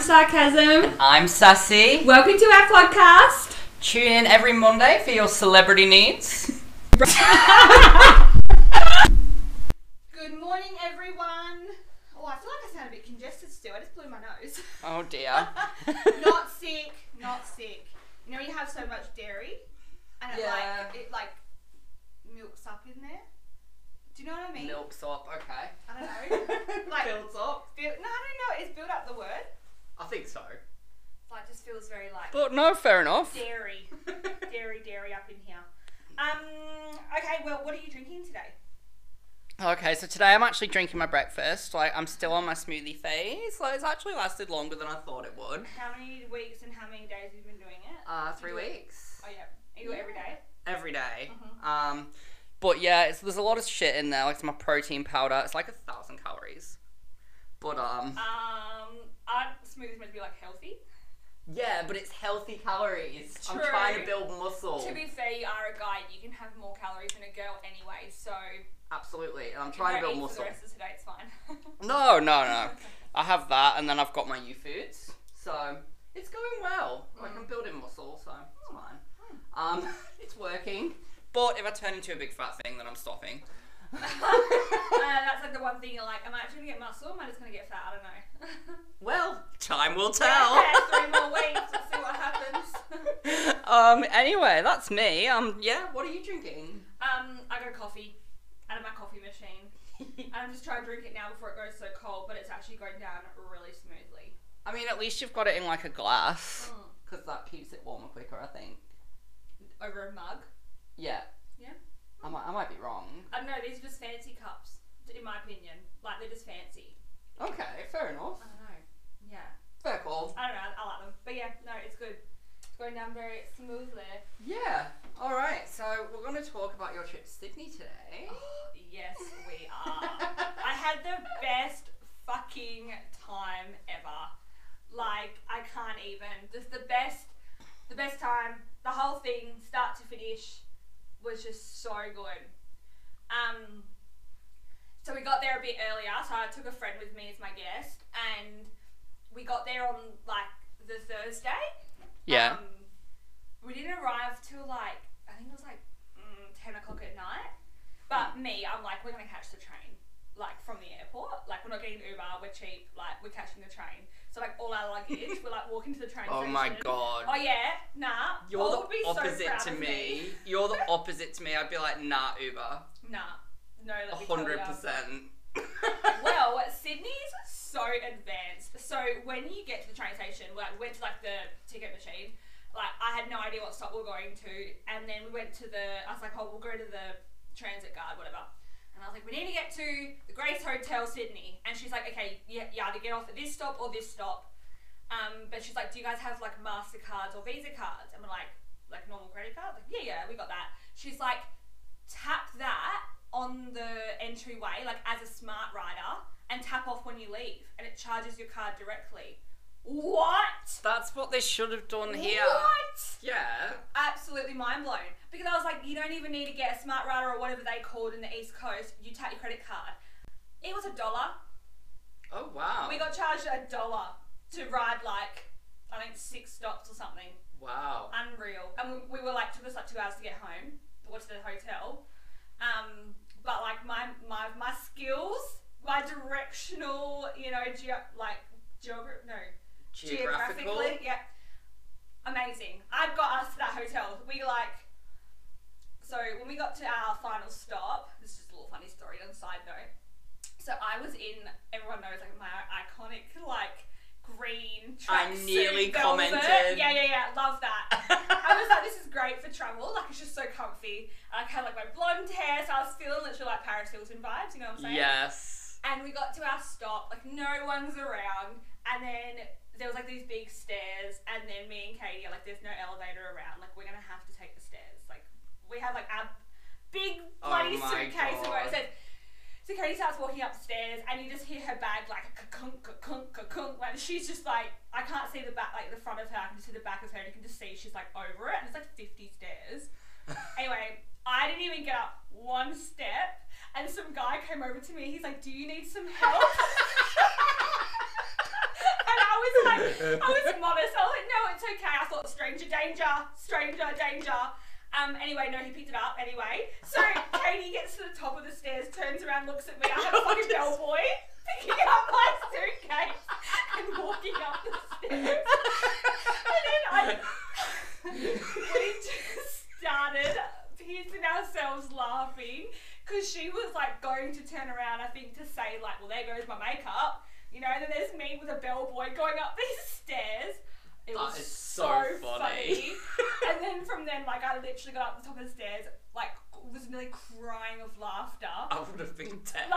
Sarcasm. I'm Sassy. Welcome to our podcast. Tune in every Monday for your celebrity needs. Good morning, everyone. Oh, I feel like I sound a bit congested still. I just blew my nose. Oh dear. not sick, not sick. You know, you have so much dairy, and it Yeah. like it like milks up in there. Do you know what I mean? Milk's up, okay. I don't know. Like builds up. Build, no, I don't know. Is build up the word? I think so. Like, just feels very like But no, fair enough. dairy, dairy, dairy up in here. Um. Okay. Well, what are you drinking today? Okay, so today I'm actually drinking my breakfast. Like, I'm still on my smoothie phase. Like, it's actually lasted longer than I thought it would. How many weeks and how many days have you been doing it? Uh, three weeks. Oh yeah, you do it every day. Every day. Um, but yeah, it's, there's a lot of shit in there. Like, it's my protein powder. It's like a thousand calories. But, um. Um, aren't smoothies meant to be like healthy? Yeah, but it's healthy calories. I'm trying to build muscle. To be fair, you are a guy. You can have more calories than a girl anyway. So Absolutely, and I'm if you trying to don't build eat For muscle. the rest of today, it's fine. Uh, No, no, no. I have that, and then I've got my U foods, so it's going well. Like Mm. I'm building muscle, so it's Hmm. fine. Um, it's working. But if I turn into a big fat thing, then I'm stopping. uh, that's like the one thing you're like, am I actually gonna get muscle? Am I just gonna get fat? I don't know. well, time will Okay, tell. three more weeks. Let's see what happens. um. Anyway, that's me. Um. Yeah. What are you drinking? um, I got a coffee out of my coffee machine. And I'm just trying to drink it now before it goes so cold, but it's actually going down really smoothly. Mm. I mean, at least you've got it in like a Hmm. glass, because that keeps it warmer quicker. I think. Over a mug. Yeah. Yeah. I might. I might be wrong. I don't know, these are just fancy cups, in my opinion. Like, they're just fancy. Okay. Fair enough. I don't know. Yeah. Fair call. I don't know, I, I like them. But yeah, no, it's good. It's going down very smoothly. Yeah. All right. So we're going to talk about your trip to Sydney today. Yes, we are. I had the best fucking time ever. Like I can't even. Just the best, the best time. The whole thing, start to finish, was just so good. Um, so we got there a bit earlier. So I took a friend with me as my guest, and we got there on like the Thursday. Yeah. Um, we didn't arrive till like I think it was like mm, ten o'clock at night. But me, I'm like, we're gonna catch the train, like from the airport. Like we're not getting an Uber, we're cheap. Like we're catching the train. So like all our luggage, we're like walking to the train. oh my station. god. Oh yeah, nah. You're Paul would be the so opposite proud to of me. You're the opposite to me. I'd be like, nah, Uber, Nah, no, a let me tell hundred ya. percent. well, Sydney's so advanced. So when you get to the train station, we like, went to like the ticket machine. Like I had no idea what stop we were going to, and then we went to the. I was like, oh, we'll go to the transit guard, whatever. And I was like, we need to get to the Grace Hotel, Sydney. And she's like, okay, yeah, you either get off at this stop or this stop. Um, but she's like, do you guys have like Mastercards or Visa cards? And we're like, like normal credit cards? Like, yeah, yeah, we got that. She's like, tap that on the entryway, like as a smart rider, and tap off when you leave, and it charges your card directly. What? That's what they should have done here. What? Yeah. Absolutely mind blown. Because I was like, you don't even need to get a smart rider or whatever they called in the East Coast. You tap your credit card. It was a dollar. Oh wow. We got charged a dollar to ride like I think six stops or something. wow. unreal. And we, we were like, took us like two hours to get home, or to the hotel. Um, but like my my my skills, my directional, you know, geo- like geogra- no, Geographical. geographically, yeah, amazing. I got us to that hotel. We like. So when we got to our final stop, this is just a little funny story on a side note. So I was in, everyone knows like my iconic like green I tracksuit nearly velvet. commented. Yeah, yeah, yeah, love that. I was like, this is great for travel. Like, it's just so comfy. And I had like my blonde hair, so I was feeling literally like Paris Hilton vibes. You know what I'm saying? yes. And we got to our stop, like no one's around, and then there was like these big stairs, and then me and Katie are like, there's no elevator around. Like, we're gonna have to take the stairs. Like, we have like our big Oh bloody my suitcase and where it God. says. So Katie starts walking upstairs, and you just hear her bag like ka-kunk, ka-kunk, ka-kunk. Like she's just like, I can't see the back, like the front of her. I can just see the back of her, and you can just see she's like over it. And it's like 50 stairs. Anyway, I didn't even get up one step, and some guy came over to me. He's like, "Do you need some help?" and I was like, I was modest. I was like, no, it's okay. I thought stranger danger, stranger danger. Um, anyway, no, he picked it up anyway. So Katie gets to the top of the stairs, turns around, looks at me. I have a fucking bellboy picking up my suitcase and walking up the stairs. And then I, we just started piercing ourselves laughing because she was like going to turn around, I think, to say like, well, there goes my makeup. You know, and then there's me with a bellboy going up these stairs. It That was is so so funny. funny. and then from then, like, I literally got up the top of the stairs, like, was nearly crying of laughter. I would have been dead.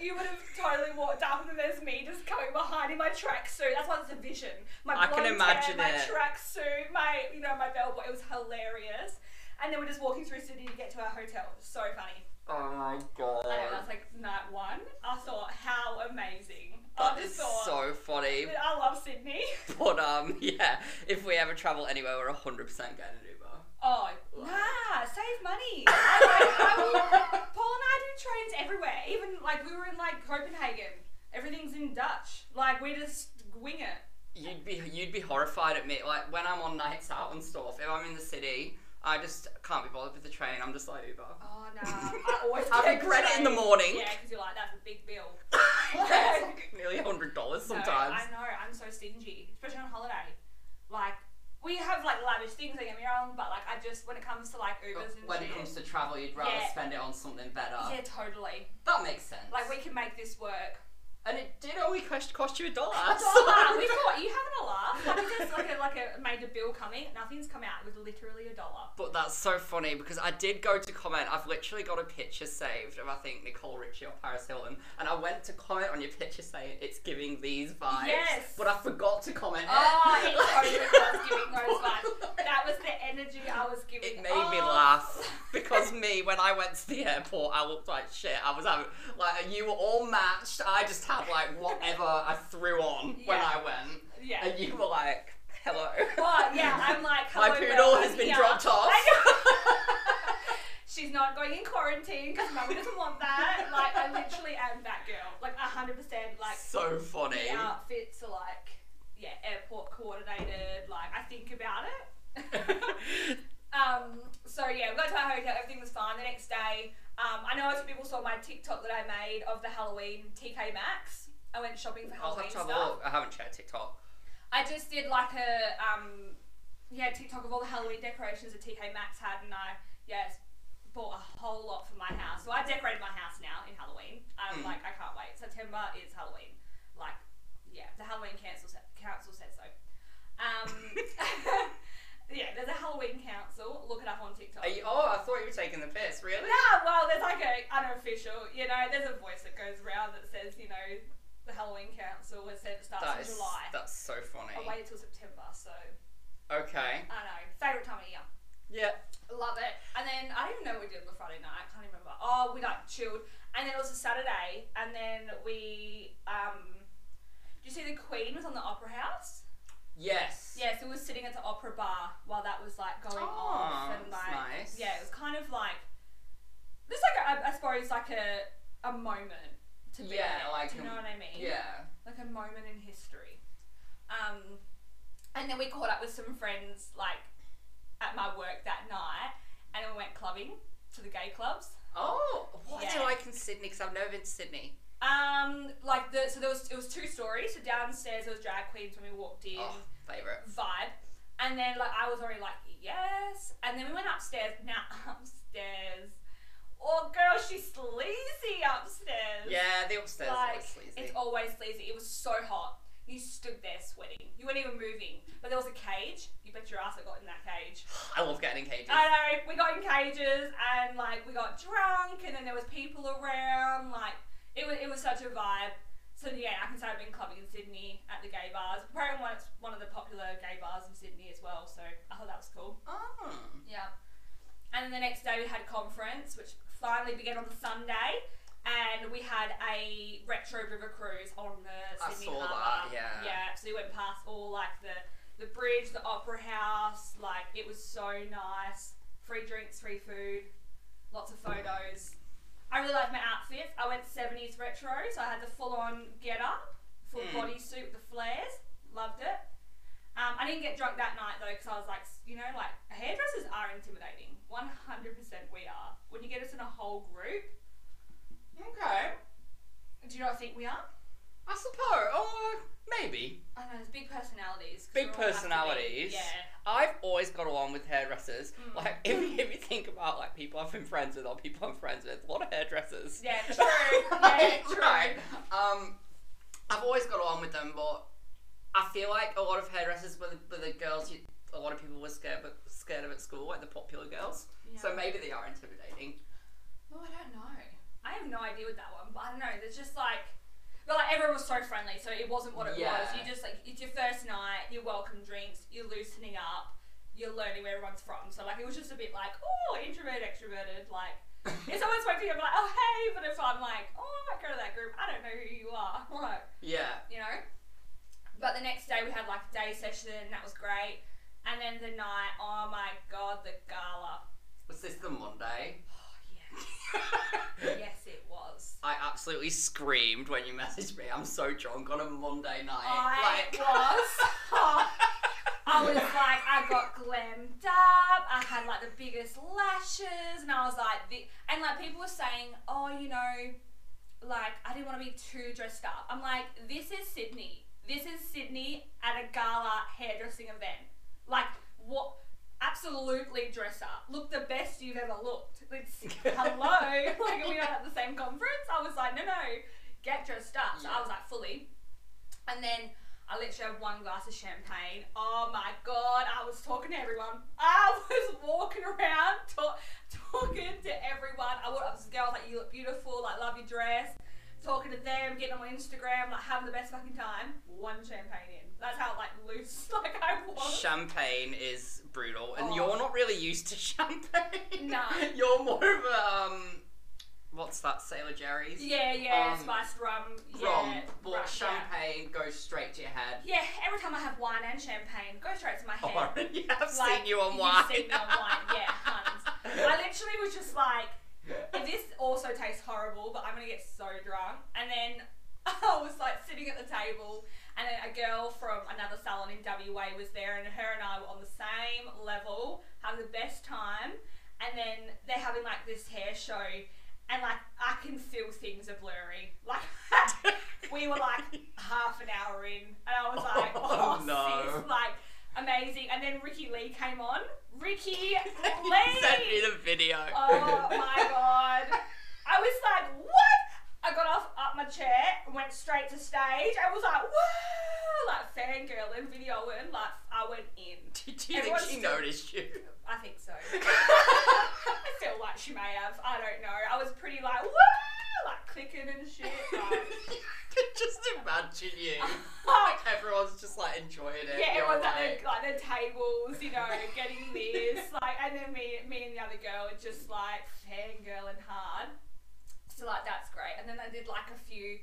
You would have totally walked up and there's me just coming behind in my tracksuit. That's why it's a vision. My I can blonde imagine hair, it. my tracksuit, my you know, my bellboy. It was hilarious. And then we're just walking through Sydney to get to our hotel. So funny. oh my I know, that's god. like night one. I thought, how amazing. That I is just thought so funny. I love Sydney. But um, yeah, if we ever travel anywhere, we're hundred percent getting an Uber. Oh, nah, save money. I, I, mean, Paul and I do trains everywhere. Even like we were in like Copenhagen. Everything's in Dutch. Like we just wing it. You'd be you'd be horrified at me. Like when I'm on nights out and stuff, if I'm in the city, I just can't be bothered with the train. I'm just like Uber. Oh no, I always I get regret it in the trained. morning. Yeah, because you're like that's a big bill. Yeah, it's like nearly hundred dollars No, sometimes. I know I'm so stingy, especially on holiday. Like we have like lavish things. Don't get me wrong, but like I just when it comes to like Ubers and when shit, it comes to travel, you'd rather Yeah. spend it on something better. yeah, totally. That makes sense. Like we can make this work. and it did only cost, cost you a dollar. Dollar, so- we thought you having a laugh. Like it's just like a like a major bill coming. Nothing's come out. It was literally a dollar. But that's so funny because I did go to comment. I've literally got a picture saved of I think Nicole Richie or Paris Hilton, and I went to comment on your picture saying it's giving these vibes. Yes. But I forgot to comment. it. Oh, it totally was giving those vibes. But, like, That was the energy I was giving. It made me Oh. laugh because me when I went to the airport, I looked like shit. I was having like you were all matched. I just had like whatever I threw on when Yeah. I went, Yeah. and you were like, "Hello." Well, yeah, I'm like, My hello, poodle Bella, has been yeah. dropped off. She's not going in quarantine because mummy doesn't want that. Like, I literally am that girl. Like, 100%. Like, so funny. the outfits are like, yeah, airport coordinated. Like, I think about it. um, so, yeah, we got to our hotel. Everything was fine the next day. Um, I know some people saw my TikTok that I made of the Halloween TK Maxx. I went shopping for I'll Halloween have to have a stuff. look. I haven't checked TikTok. I just did like a um yeah TikTok of all the Halloween decorations that TK Maxx had, and I yes bought a whole lot for my house. So I decorated my house now in Halloween. I'm Mm. like I can't wait. September is Halloween. Like yeah, the Halloween council sa- council said so. Um, yeah, there's a Halloween council. Look it up on TikTok. Are you, oh, I thought you were taking the piss. Really? Nah, well, there's like a unofficial, you know, there's a voice that goes around that says, you know, the Halloween council was said it starts in That is July. Oh, that's so funny. I waited till September, so Okay. I know. Favourite time of year. Yeah. Love it. And then I don't even know what we did on the Friday night. I can't even remember. Oh, we like chilled. And then it was a Saturday. And then we. um Did you see the Queen was on the Opera House? Yes. Yeah, so we were sitting at the Opera Bar while that was like going Oh, off. And that's like. nice. Yeah, it was kind of like. There's like, a, I- I suppose, like a, a moment to be Yeah, in it. like Do you a- know what I mean? Yeah. like a moment in history. Um, and then we caught up with some friends like at my work that night, and we went clubbing to the gay clubs. Oh, what do Yeah. I like in Sydney? Because I've never been to Sydney. Um, like the so there was it was two stories. So downstairs there was drag queens when we walked in, Oh, favorite. vibe, and then like I was already like yes, and then we went upstairs. Now upstairs, oh girl, she's sleazy upstairs. Yeah, the upstairs like is always sleazy. it's always sleazy. It was so hot. You stood there sweating. You weren't even moving. But there was a cage. You bet your ass I got in that cage. I love getting in cages. I know. We got in cages and like we got drunk and then there was people around. Like it was it was such a vibe. So yeah, I can say I've been clubbing in Sydney at the gay bars. Probably one, it's one of the popular gay bars in Sydney as well. So I thought that was cool. oh. Yeah. And then the next day we had conference, which finally began on the Sunday, and we had a retro river cruise on the I Sydney saw Harbour. that, yeah. Yeah. So we went past all like the the bridge, the Opera House. Like it was so nice. Free drinks, free food, lots of photos. I really liked my outfit. I went 70s retro, so I had the full on get up, full Mm. bodysuit with the flares. Loved it. Um, I didn't get drunk that night though because I was like, s- you know, like hairdressers are intimidating. 100% we are. When you get us in a whole group, Okay. do you not think we are? I suppose. Or maybe. I know, there's big personalities. 'cause Big we're all have to be- personalities. Yeah. I've always got along with hairdressers. Mm. Like if you, if you think about like people I've been friends with or people I'm friends with, a lot of hairdressers. Yeah, true. Yeah, true. Right. Um, I've always got along with them, but I feel like a lot of hairdressers were the, were the girls. You, a lot of people were scared, but scared of at school, like the popular girls. Yeah. So maybe they are intimidating. Oh, I don't know. I have no idea with that one, but I don't know. There's just like, but like everyone was so friendly, so it wasn't what it was. Yeah. You just like it's your first night, your welcome drinks, you're loosening up, you're learning where everyone's from. So like it was just a bit like, oh, introvert, extroverted. Like if someone spoke to you, I'd be like, oh hey. But if I'm like, oh, I might go to that group. I don't know who you are. Like yeah. you know. But the next day we had like a day session. That was great. And then the night, oh my god, the gala. Was this the Monday? Oh yeah. yes, it was. I absolutely screamed when you messaged me. I'm so drunk on a Monday night. I like, was. I was like, I got glammed up. I had like the biggest lashes, and I was like, the, and like people were saying, oh, you know, like I didn't want to be too dressed up. I'm like, this is Sydney. This is Sydney at a gala hairdressing event. Like what? Absolutely dress up. Look the best you've ever looked. It's, hello. like we were at the same conference. I was like, no, no, get dressed up. So I was like, fully. And then I literally had one glass of champagne. Oh my god, I was talking to everyone. I was walking around talk, talking to everyone. I walked up to this girl, I was like, you look beautiful, like, love your dress. Talking to them, getting on my Instagram, like, having the best fucking time. One champagne in. That's how, like, loose, like, I was. champagne is brutal, and Oh. you're not really used to champagne. No. you're more of a um, what's that, Sailor Jerry's? yeah, yeah, Um, spiced rum. Yeah, Rum, but right, yeah. champagne goes straight to your head. Yeah, every time I have wine and champagne, it goes straight to my head. Oh, yeah, I've Like, seen you on you've wine. seen me on wine, yeah, tons. I literally was just like, Yeah. And this also tastes horrible, but I'm gonna get so drunk. And then I was like sitting at the table, and then a girl from another salon in WA was there, and her and I were on the same level, having the best time. And then they're having like this hair show, and like I can feel things are blurry. Like we were like half an hour in, and I was like, Oh, oh, no. sis, like amazing. And then Ricky Lee came on. Ricky You Lee. sent me the video. Oh my god. I was like, what? I got off up my chair, went straight to stage. I was like, whoa, like fangirling, videoing, like I went in. Did you think Everyone's she still- noticed you? I think so. I feel like she may have. I don't know. I was pretty like, whoa, like clicking and shit. Like, oh I could just imagine you. Like everyone's just like enjoying it. yeah, You're everyone's at like- their, like their tables, you know, getting this, like, and then me, me and the other girl are just like fangirling hard. So like that's great. And then they did like a few,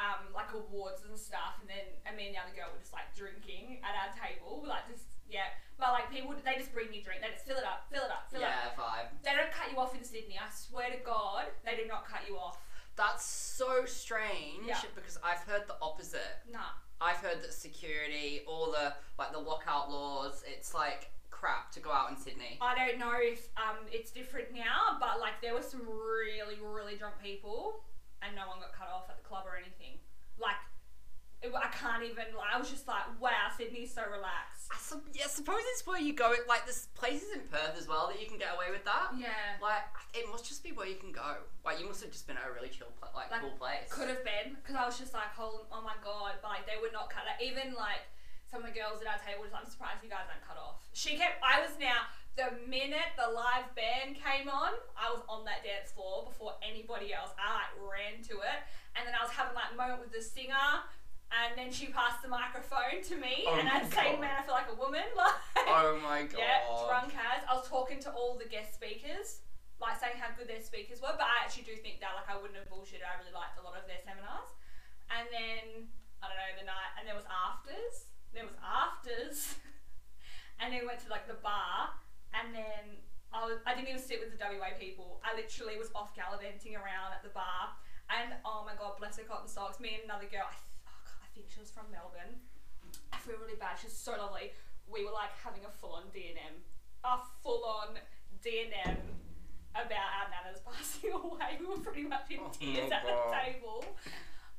um, like awards and stuff, and then and me and the other girl were just like drinking at our table, like just yeah. But like people, they just bring you drink, they just fill it up, fill it up, fill it up. yeah, vibe. They don't cut you off in Sydney. I swear to God, they do not cut you off. That's so strange Yeah. because I've heard the opposite. Nah. I've heard that security, all the like the lockout laws, it's like crap to go out in Sydney. I don't know if um, it's different now, but like there were some really, really drunk people, and no one got cut off at the club or anything. Like, it, I can't even. I was just like, wow, Sydney's so relaxed. I, sup yeah, suppose it's where you go. Like there's places in Perth as well that you can get away with that. Yeah, Like it must just be where you can go. Like you must have just been at a really chill, pla- like, Like, cool place. could have been because I was just like, oh, oh my god, but, like they would not cut. Like, even like some of the girls at our table, just, I'm surprised you guys aren't cut off. She kept. I was now. The minute the live band came on, I was on that dance floor before anybody else. I like ran to it, and then I was having like moment with the singer, and then she passed the microphone to me, Oh and my I'd say, God. "Man, I feel like a woman." Like, Oh my god. yeah, drunk as. I was talking to all the guest speakers, like saying how good their speakers were, but I actually do think that, like, I wouldn't have bullshitted. I really liked a lot of their seminars. And then, I don't know, the night, and there was afters. There was afters. and then we went to, like, the bar, and then I, was, I didn't even sit with the WA people. I literally was off gallivanting around at the bar, and oh my god, bless her cotton socks. Me and another girl, I, th- oh god, I think think she was from Melbourne. I feel really bad. She's so lovely. We were like having a full on D and M, a full on D and M about our nana's passing away. We were pretty much in Oh my tears at the God. table.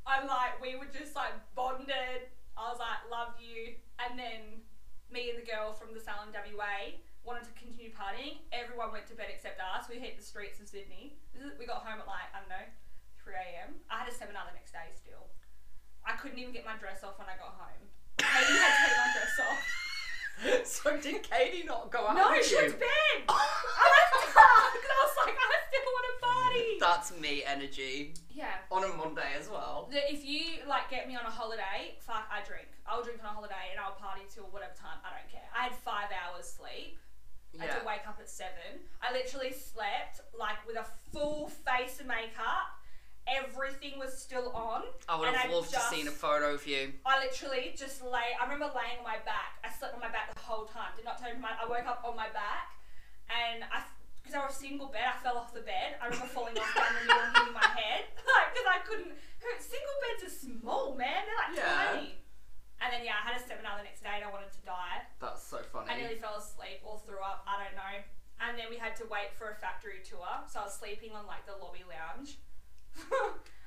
I'm like, we were just like bonded. I was like, love you. And then me and the girl from the salon WA wanted to continue partying. Everyone went to bed except us. We hit the streets of Sydney. This is- We got home at like, I don't know, 3 a.m. I had a seminar the next day still. I couldn't even get my dress off when I got home. Katie had to take my dress off. so did Katie not go out No, with she you? went to bed. I left her because I was like, I still want to party. That's me energy Yeah. on a Monday as well. that if you like get me on a holiday, fuck, I drink. I'll drink on a holiday and I'll party till whatever time. I don't care. I had five hours sleep. I had Yeah. to wake up at seven. I literally slept like with a full face of makeup. Everything was still on. I would and have I loved just- to seen a photo of you. I literally just lay. I remember laying on my back. I slept on my back the whole time. Did not turn my. I woke up on my back, and I because I was single bed. I fell off the bed. I remember falling off down the middle and hitting my head, like because I couldn't. her- Single beds are small, man. They're like Yeah. tiny. And then yeah, I had a seminar the next day, and I wanted to die. That's so I funny. nearly fell asleep or threw up. I don't know. And then we had to wait for a factory tour, so I was sleeping on like the lobby lounge.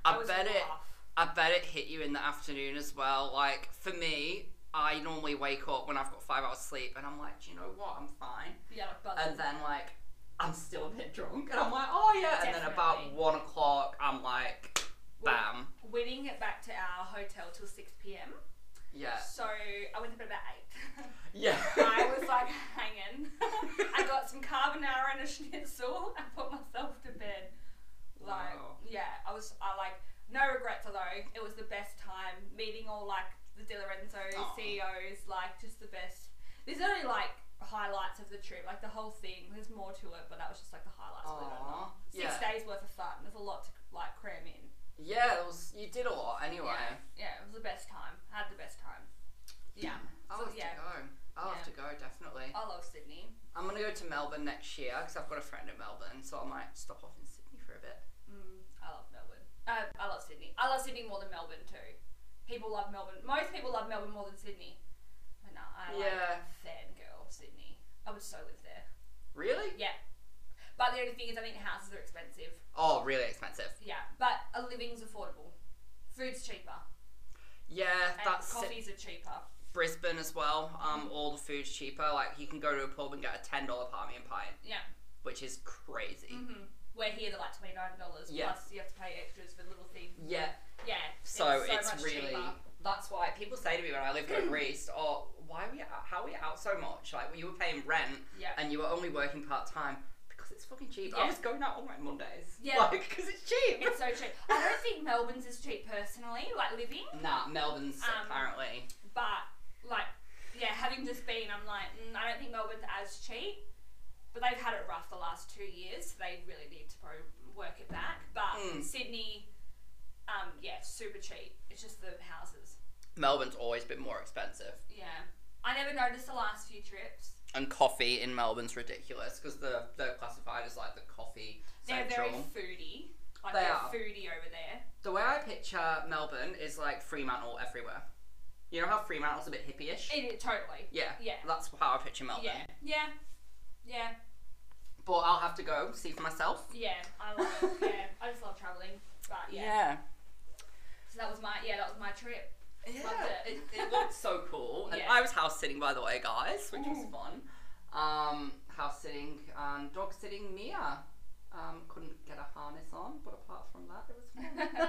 I was bet it- rough. I bet it hit you in the afternoon as well. Like for me, I normally wake up when I've got five hours sleep and I'm like, Do you know what? I'm fine. Yeah, like buzzing. And then like I'm still a bit drunk and I'm like, Oh yeah. And then about Definitely. one o'clock I'm like, Bam. We didn't get back to our hotel till 6 p.m. Yeah. So I went to bed about 8. Yeah. I was like hanging. I got some carbonara and a schnitzel and put myself to bed. Like, Wow. yeah, I was, I like, no regrets although. It was the best time meeting all like the Di Lorenzo Aw. CEOs, like, just the best. There's only like highlights of the trip, like the whole thing. There's more to it, but that was just like the highlights. believe it or not. Aw. Six Yeah. days worth of fun. There's a lot to like cram in. Yeah, it was, you did a lot anyway. Yeah, yeah, it was the best time. I had the best time. Yeah. I'll So, have yeah. to go. I'll Yeah. have to go, definitely. I love Sydney. I'm gonna go to Melbourne next year because I've got a friend in Melbourne, so I might stop off in Sydney for a bit. Mm, I love Melbourne. Uh, I love Sydney. I love Sydney more than Melbourne too. People love Melbourne. Most people love Melbourne more than Sydney. But no, I like Yeah. fangirl Sydney. I would so live there. Really? But the only thing is, I think houses are expensive. Oh, really expensive. Yeah, but a living's affordable. Food's cheaper. Yeah, And that's it. coffees are cheaper. Brisbane as well. Um, all the food's cheaper. Like you can go to a pub and get a ten dollar party and pint. Yeah. Which is crazy. Mm-hmm. Where here they're like twenty nine dollars. Yeah. Plus you have to pay extras for little things. Yeah. Yeah. So so it's, much really cheaper. that's why people say to me when I lived in Greece, "Oh, why are we out, how are we out so much? Like well, you were paying rent Yeah. and you were only working part time because it's fucking cheap. Yeah. I was going out on my Mondays. Yeah. because it's cheap. It's so cheap. I don't think Melbourne's is cheap personally, like living, Nah, Melbourne's Um, apparently. but like, yeah, having just been, I'm like, mm, I don't think Melbourne's as cheap. But they've had it rough the last two years. So they really need to probably work it back. But Mm. Sydney, um, yeah, super cheap. It's just the houses. Melbourne's always been more expensive. Yeah, I never noticed the last few trips. And coffee in Melbourne's ridiculous because they're, they're classified as like the coffee They're central. very foodie. Like They they're are. foodie over there. The way I picture Melbourne is like Fremantle everywhere. You know how Fremantle's a bit hippie-ish? It, totally. yeah, Yeah. that's how I picture Melbourne. Yeah. Yeah. Yeah. But I'll have to go see for myself. Yeah. I love it. yeah. I just love traveling. But yeah. So that was my yeah, that was my trip. Yeah, Loved it. it, it looked so cool. And Yeah. Mm. I was house sitting, by the way, guys, which was Ooh. fun. Um, house sitting and dog sitting Mia. Um, couldn't get a harness on, but apart from that, it was fun.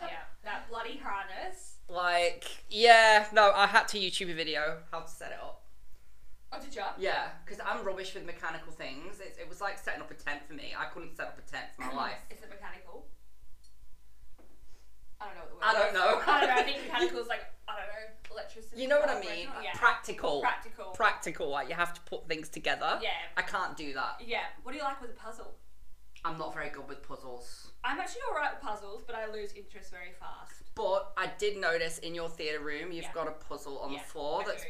Yeah, that bloody harness. like, yeah, no, I had to YouTube a video how to set it up. Oh, did you? Yeah, because I'm rubbish with mechanical things. It, it was like setting up a tent for me. I couldn't set up a tent Mm. for my life. Is it mechanical? I don't know what the word. I don't is. know. I don't know. I think mechanical is like I don't know electricity. You know what I mean? operational? Like, Yeah. Practical. Practical. Practical. Like you have to put things together. yeah. I can't do that. Yeah. What do you like with a puzzle? I'm not very good with puzzles. I'm actually alright with puzzles, but I lose interest very fast. But I did notice in your theatre room, you've Yeah. got a puzzle on Yeah, the floor I that's do.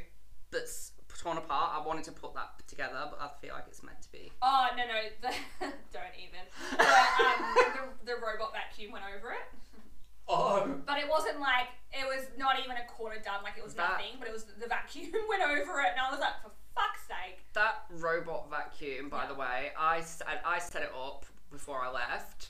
that's torn apart. I wanted to put that together, but I feel like it's meant to be. Oh no no, the, don't even. But, um, the, the robot vacuum went over it. Oh. But it wasn't like it was not even a quarter done. Like it was That- nothing. But it was the vacuum went over it, and I was like, for fuck's sake. That robot vacuum, by the way, I, s- I- I set it up before I left,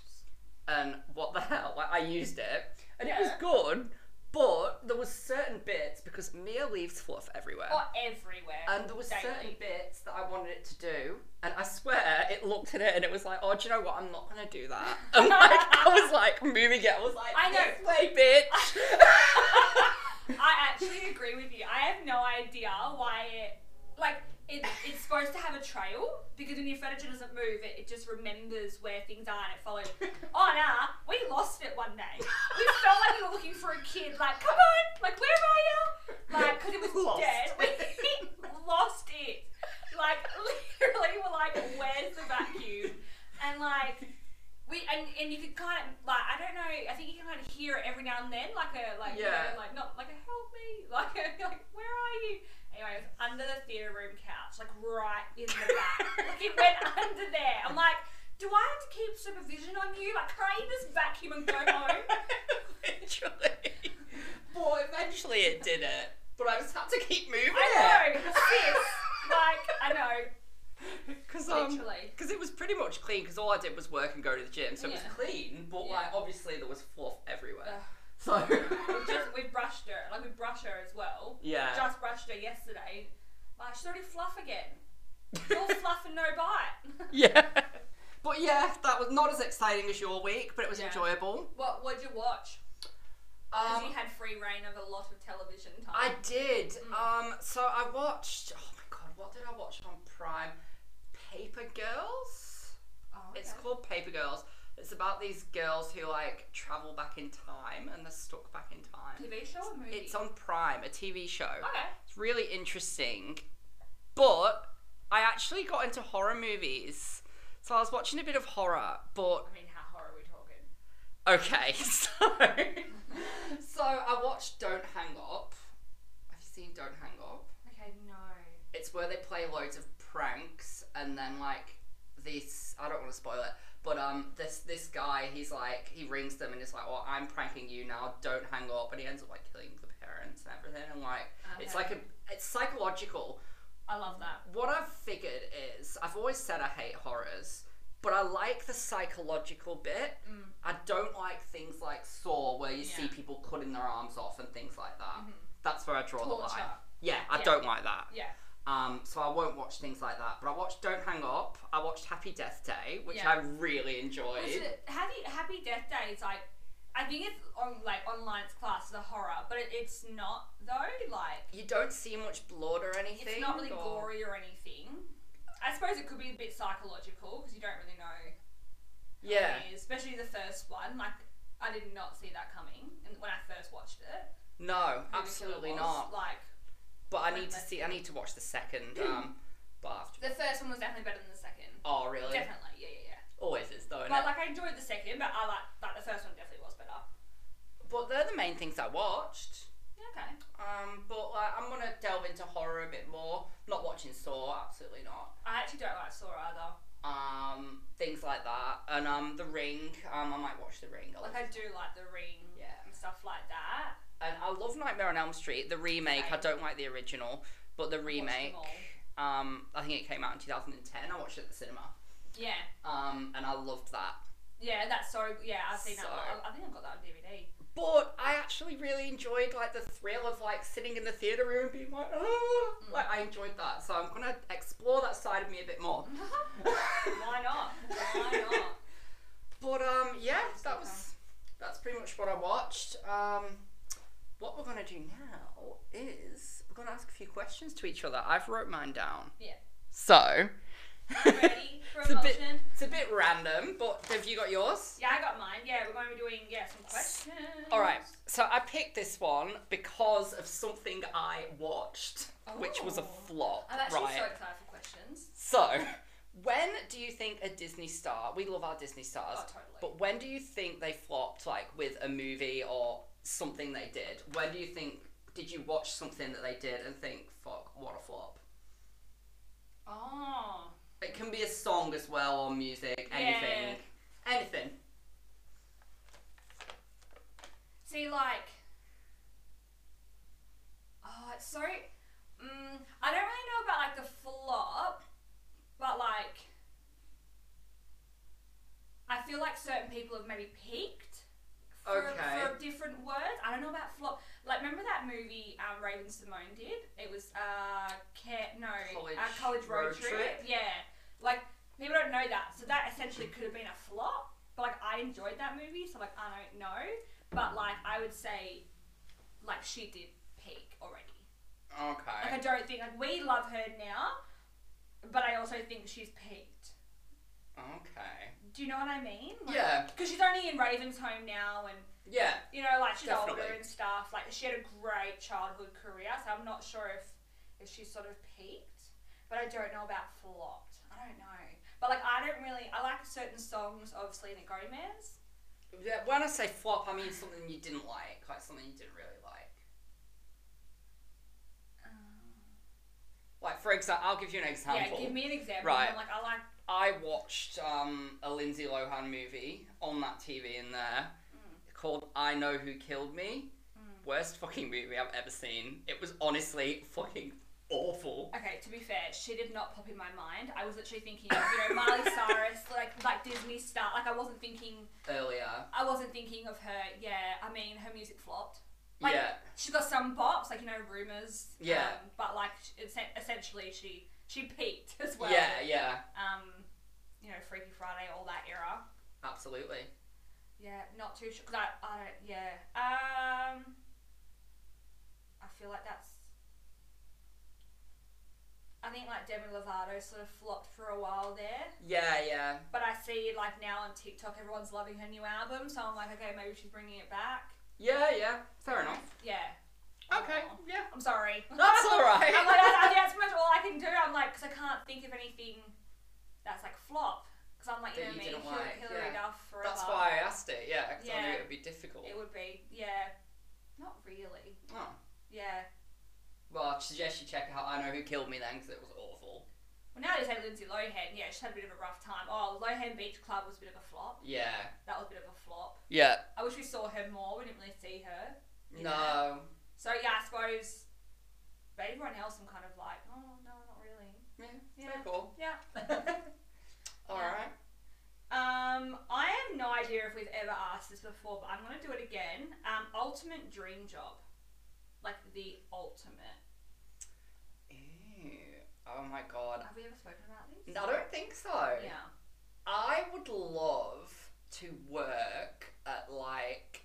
and what the hell? Like, I used it, and it was Yeah. good, but there was certain bits because Mia leaves fluff everywhere, Or everywhere. and there was daily. certain bits that I wanted it to do, and I swear it looked at it and it was like, oh, do you know what? I'm not gonna do that. And like, I was like moving it. I was like, I know. this way, bitch. I actually agree with you. I have no idea why it like it, it's supposed to have a trail because when your furniture doesn't move, it, it just remembers where things are and it follows. oh nah, we lost it one day. We felt like we were looking for a kid. Like come on, like where are you? Like because it was Lost. dead. We lost it. Like literally, we're like, where's the vacuum? And like. We, and, and you could kind of like I don't know I think you can kind of hear it every now and then like a like you know, Yeah. like not like a help me like a, like where are you Anyway, it was under the theatre room couch, like right in the back. like it went under there. I'm like, do I have to keep supervision on you? Like, can I just vacuum and go home? Literally. Well, eventually it did it, but I just had to keep moving I it. know, sis. Like, I know, Because literally. um, it was pretty much clean. Because all I did was work and go to the gym, so it Yeah. was clean. But Yeah. like, obviously there was fluff everywhere. Ugh. So We just we brushed her, like we brush her as well. yeah, Just brushed her yesterday. Like she's already fluff again. It's all fluff and no bite. yeah. But yeah, that was not as exciting as your week, but it was Yeah. enjoyable. what would you watch? Because Um, you had free reign of a lot of television I time. did. Mm. Um, so I watched. Oh my god, what did I watch on Prime? Paper Girls. oh, It's okay. called Paper Girls. It's about these girls who like travel back in time and they're stuck back in time. TV show or movie? It's on Prime, a TV show. okay. It's really interesting. But I actually got into horror movies. So I was watching a bit of horror, but I mean, how horror are we talking? okay. So So I watched Don't Hang Up. Have you seen Don't Hang Up? Okay, no. it's where they play loads of pranks and then like this I don't want to spoil it but um this this guy he's like he rings them and it's like oh I'm pranking you now don't hang up and he ends up like killing the parents and everything and like it's Okay. like a it's psychological I love that. what I've figured is I've always said I hate horrors but I like the psychological bit Mm. I don't like things like Saw where you see Yeah. Mm-hmm. people cutting their arms off and things like that that's where I draw the line Torture. yeah I Yeah. don't like that Yeah. um, so I won't watch things like that. But I watched Don't Hang Up. I watched Happy Death Day, which Yeah. I really enjoyed. Is it, happy Happy Death Day is like, I think it's on like online it's classed as a horror, but it, it's not though. Like, You don't see much blood or anything. it's not really or- gory or anything. I suppose it could be a bit psychological because you don't really know. what it Yeah. is, especially the first one. Like, I did not see that coming and when I first watched it. No, who the killer absolutely was. not. Like, But I need to Like- see. I need to watch the second. Um, but after. the first one was definitely better than the second. Oh really? Definitely. Yeah, yeah, yeah. Always is though. But But, like I enjoyed the second, but I like like the first one definitely was better. but they're the main things I watched. Okay. Um, but like, I'm gonna delve into horror a bit more. Not watching Saw, absolutely not. I actually don't like Saw either. Um, things like that, and um, The Ring. Um, I might watch The Ring. I'll Like I do like the ring Yeah. and stuff like that. And I love Nightmare on Elm Street, the remake. Same. I don't like the original, but the remake. all. Um, I think it came out in 2010. I watched it at the cinema. Yeah. Um, and I loved that. Yeah, that's so yeah, I've seen So- that. I, I think I've got that on DVD. But I actually really enjoyed like the thrill of like sitting in the theater room and being like, oh, Mm. like I enjoyed that. So I'm gonna explore that side of me a bit more. Why not? Why not? But um, yeah, that Okay. was that's pretty much what I watched. Um, what we're gonna do now is we're gonna ask a few questions to each other. I've wrote mine down. Yeah. So Ready for It's a a bit- motion? it's a bit random, but have you got yours? Yeah, I got mine. Yeah, we're going to be doing yeah some questions. All right. So I picked this one because of something I watched, which was a Oh. flop. I'm actually right. so excited for questions. So, when do you think a Disney star? We love our Disney stars, Oh, totally. but when do you think they flopped? Like with a movie or something they did. When do you think? Did you watch something that they did and think, "Fuck, what a flop"? Oh. It can be a song as well or music, anything, anything. See, like, oh, it's so. Mm, I don't really know about like the flop, but like, I feel like certain people have maybe peaked for, Okay. for different words. I don't know about flop. Like, remember that movie um, Raven Simone did? It was uh, care, no, College uh, college road, Road trip. Trip? Yeah, like people don't know that, so that essentially could have been a flop. But like, I enjoyed that movie, so like, I don't know. But like, I would say, like, she did peak already. Like, I Okay. don't think like we love her now, but I also think she's peaked. Okay. Do you know what I mean? Yeah. Because she's only in Raven's home now, and Yeah. you know, like she's older Definitely. and stuff. Like she had a great childhood career, so I'm not sure if if she's sort of peaked. But I don't know about flopped. I don't know. But like I don't really. I like certain songs of Selena Gomez. Yeah, When I say flop, I mean something you didn't like, like something you didn't really like. Like for example, I'll give you an Um. yeah, example. give me an example. Right. I'm like I like. I watched um, a Lindsay Lohan movie on that TV in there Mm. called I Know Who Killed Me. Worst fucking movie I've ever seen. It was honestly fucking awful. Okay, to be fair, she did not pop in my mind. I was literally thinking, of, you know, Miley Cyrus, like like Disney star. Like I wasn't thinking. Earlier, I wasn't thinking of her. Yeah, I mean her music flopped. Like, yeah, She got some bops, like you know, rumors. Yeah. Um, but like, sh- essen- essentially, she she peaked as well. yeah, yeah, Um, you know, Freaky Friday, all that era. absolutely. Yeah, not too sure. Cause I, I don't. Yeah. Um, I feel like that's. I think like Demi Lovato sort of flopped for a while there, Yeah, yeah, but I see like now on TikTok everyone's loving her new album, so I'm like, okay, maybe she's bringing it back. yeah, yeah. Fair enough. Yeah. Okay, Aw. yeah, I'm sorry. that's all right. I'm like, that's, that's pretty much all I can do. I'm like, because I can't think of anything that's like flop. Because I'm like, you That know you me, didn't Hillary, like, Hillary yeah. Duff forever. That's why I asked it. Yeah, because I Uh-huh. Yeah. knew it would be difficult. It would be, yeah. Not really. Oh. Yeah. Well, I suggest you check out I Know Who Killed Me then, because it was awful. Well, now they say Lindsay Lohan. Yeah, she's had a bit of a rough time. Oh, Lohan Beach Club was a bit of a flop. Yeah. That was a bit of a flop. Yeah. I wish we saw her more. We didn't really see her. Yeah. No. So yeah, I suppose. But everyone else, I'm kind of like, oh no, not really. Yeah. Yeah. Very cool. Yeah. All right. Um, I have no idea if we've ever asked this before, but I'm gonna do it again. Um, ultimate dream job, like the ultimate. Ew. Oh my god. Have we ever spoken about this? I don't think so. Yeah. I would love to work at like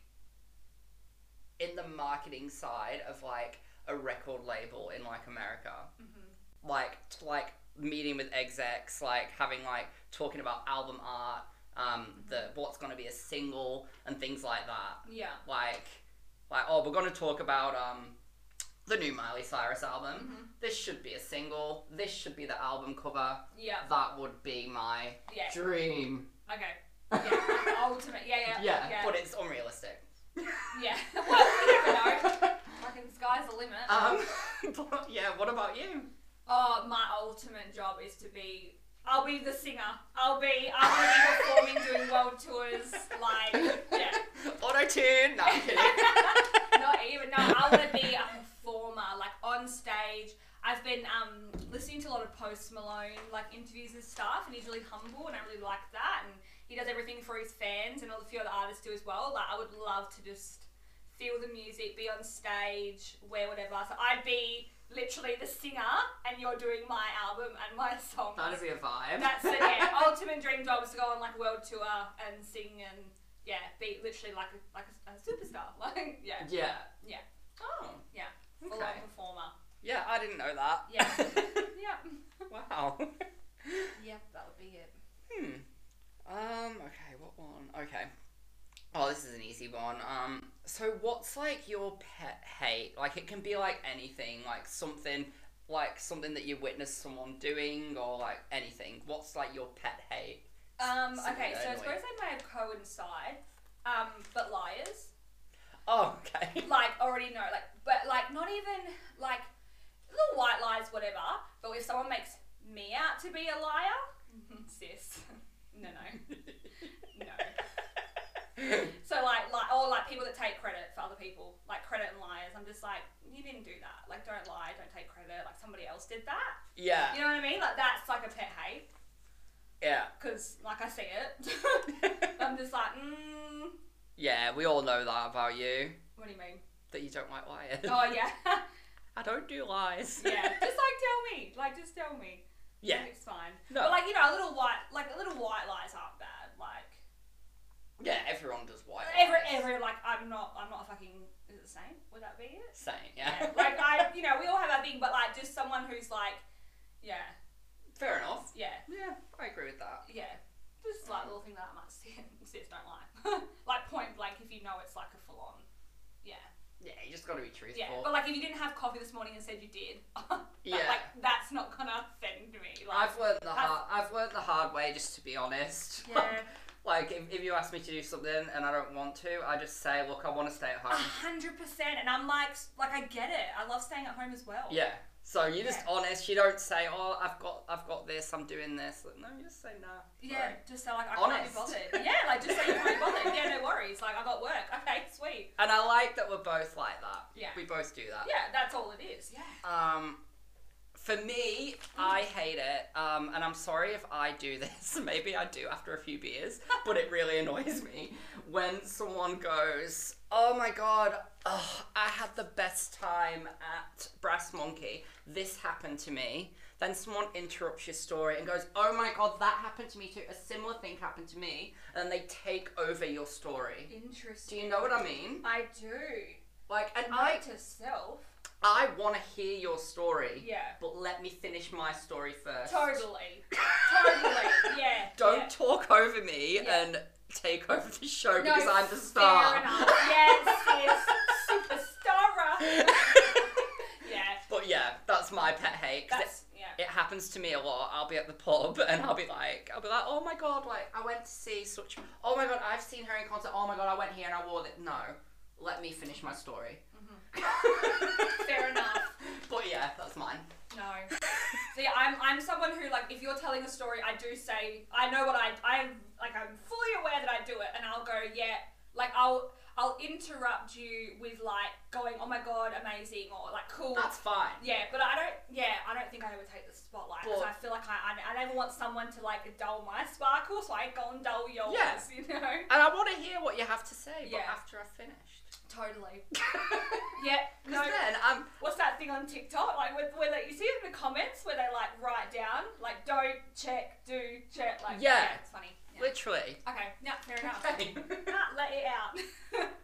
in the marketing side of like a record label in like America. Mhm. Like t- like meeting with execs, like having like talking about album art, um, the what's gonna be a single and things like that. Yeah. like like oh we're going to talk about um the new Miley Cyrus album. Mm-hmm. This should be a single. This should be the album cover. Yeah. That would be my Yeah. dream. Okay. Yeah. ultimate. Yeah. Yeah. yeah, Yeah. but it's unrealistic. yeah. well, you never know. Like the sky's the limit. um, but yeah. What about you? oh, my ultimate job is to be. I'll be the singer. I'll be. I want to be performing, doing world tours. Like, yeah. Auto tune. No, I'm kidding. not even no i want to be a performer like on stage i've been um, listening to a lot of post malone like interviews and stuff and he's really humble and i really like that and he does everything for his fans and all the few other artists do as well like i would love to just feel the music be on stage wear whatever so i'd be literally the singer and you're doing my album and my songs That'd be a vibe. that's it yeah Oh. ultimate dream job is to go on like world tour and sing and yeah be literally like a, like a, a superstar like yeah yeah. Yeah. Oh. yeah, full Okay. performer. Yeah, I didn't know that. Yeah. Yep. wow. Yep, that would be it. Hmm. Um. Okay. What one? Okay. Oh, this is an easy one. Um. So, what's like your pet hate? Like, it can be like anything, like something, like something that you witnessed someone doing, or like anything. What's like your pet hate? Um, Something okay, so I annoying. suppose they may have coincide, um, but liars. Oh, okay. Like, already know, like, but like, not even, like, little white lies, whatever, but if someone makes me out to be a liar, sis, no, no, no. So like, like, or like people that take credit for other people, like credit and liars. I'm just like, you didn't do that. Like, don't lie, don't take credit. Like somebody else did that. yeah, You know what I mean? Like that's like a pet hate yeah, because like I see it. I'm just like, mm, yeah. We all know that about you. what do you mean? That you don't like liars. Oh yeah, I don't do lies. yeah. Just like tell me, like just tell me. yeah. Oh. it's fine. No. But like you know, a little white, like a little white lies aren't bad. Like Yeah. Everyone does white lies. every every like I'm not I'm not a fucking is it saint? Would that be it? Same. Yeah. like I you know we all have our thing, but like just someone who's like, yeah, Fair enough. yeah, Yeah, I agree with that. yeah. Just like little thing that I might see sis don't like. like point blank if you know it's like a full on. Yeah. Yeah, you just got to be Yeah. truthful. But like if you didn't have coffee this morning and said you did, that, Yeah. like that's not gonna offend me. Like I've learned the I've- hard. I've learned the hard way just to be honest. Yeah. like if, if you ask me to do something and I don't want to, I just say, look, I want to stay at a home. hundred percent and I'm like like I get it. I love staying at home as well. yeah. So you're just honest. You don't say, oh, I've got, I've got this. I'm doing this. Like, no, you just say nah. Yeah, Sorry. just so like I Honest. can't be bothered. Yeah, like just so you can't be bothered. Yeah, no worries. Like I got work. Okay, sweet. And I like that we're both like that. Yeah. We both do that. Yeah, that's all it is. Yeah. Um, for me, I hate it. Um, and I'm sorry if I do this. Maybe I do after a few beers, but it really annoys me when someone goes, "Oh my god, ugh, I had the best time at Brass Monkey. This happened to me." Then someone interrupts your story and goes, "Oh my god, that happened to me too. A similar thing happened to me." And they take over your story. Do Interesting. you know what I mean? I do. Like, and I Right to self. I want to hear your story. Yeah. But let me finish my story first. Totally. totally. Yeah. Don't yeah. talk over me Yeah. and take over the show No, because I'm the star. Fair enough. Yes, yes. Superstar. yeah. but yeah, that's my pet hate. 'cause That's yeah. it, it happens to me a lot. I'll be at the pub and I'll be like, I'll be like, oh my god, like I went to see such. Oh my god, I've seen her in concert. Oh my god, I went here and I wore it. No, let me finish my story. Mm-hmm. Fair enough. But yeah, that's mine. No. See, I'm I'm someone who like if you're telling a story, I do say I know what I I like I'm fully aware that I do it, and I'll go yeah, like I'll I'll interrupt you with like going oh my god amazing or like cool That's fine. yeah, but I don't yeah I don't think I ever take the spotlight because But- I feel like I, I I never want someone to like dull my sparkle, so I go and dull yours. Yeah. you know. And I want to hear what you have to say, but Yeah. after I've finished. Totally. Yeah. No. Because then um, I'm what's that thing on TikTok? Like where, where they, you see it in the comments where they like write down like don't check, do check, like Yeah. it's funny. Yeah. literally. Okay, yeah, fair enough. Okay. Ah, let it out.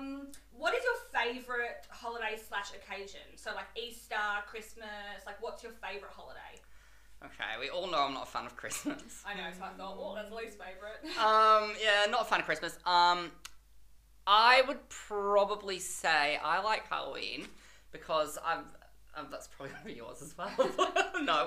um, what is your favorite holiday slash occasion? So like Easter, Christmas, like what's your favorite holiday? okay, we all know I'm not a fan of Christmas. I know, so I thought, oh, Mm. that's least favorite. Um, yeah, not a fan of Christmas. Um, I would probably say I like Halloween because I'm. Um, that's probably gonna be yours as well. no, it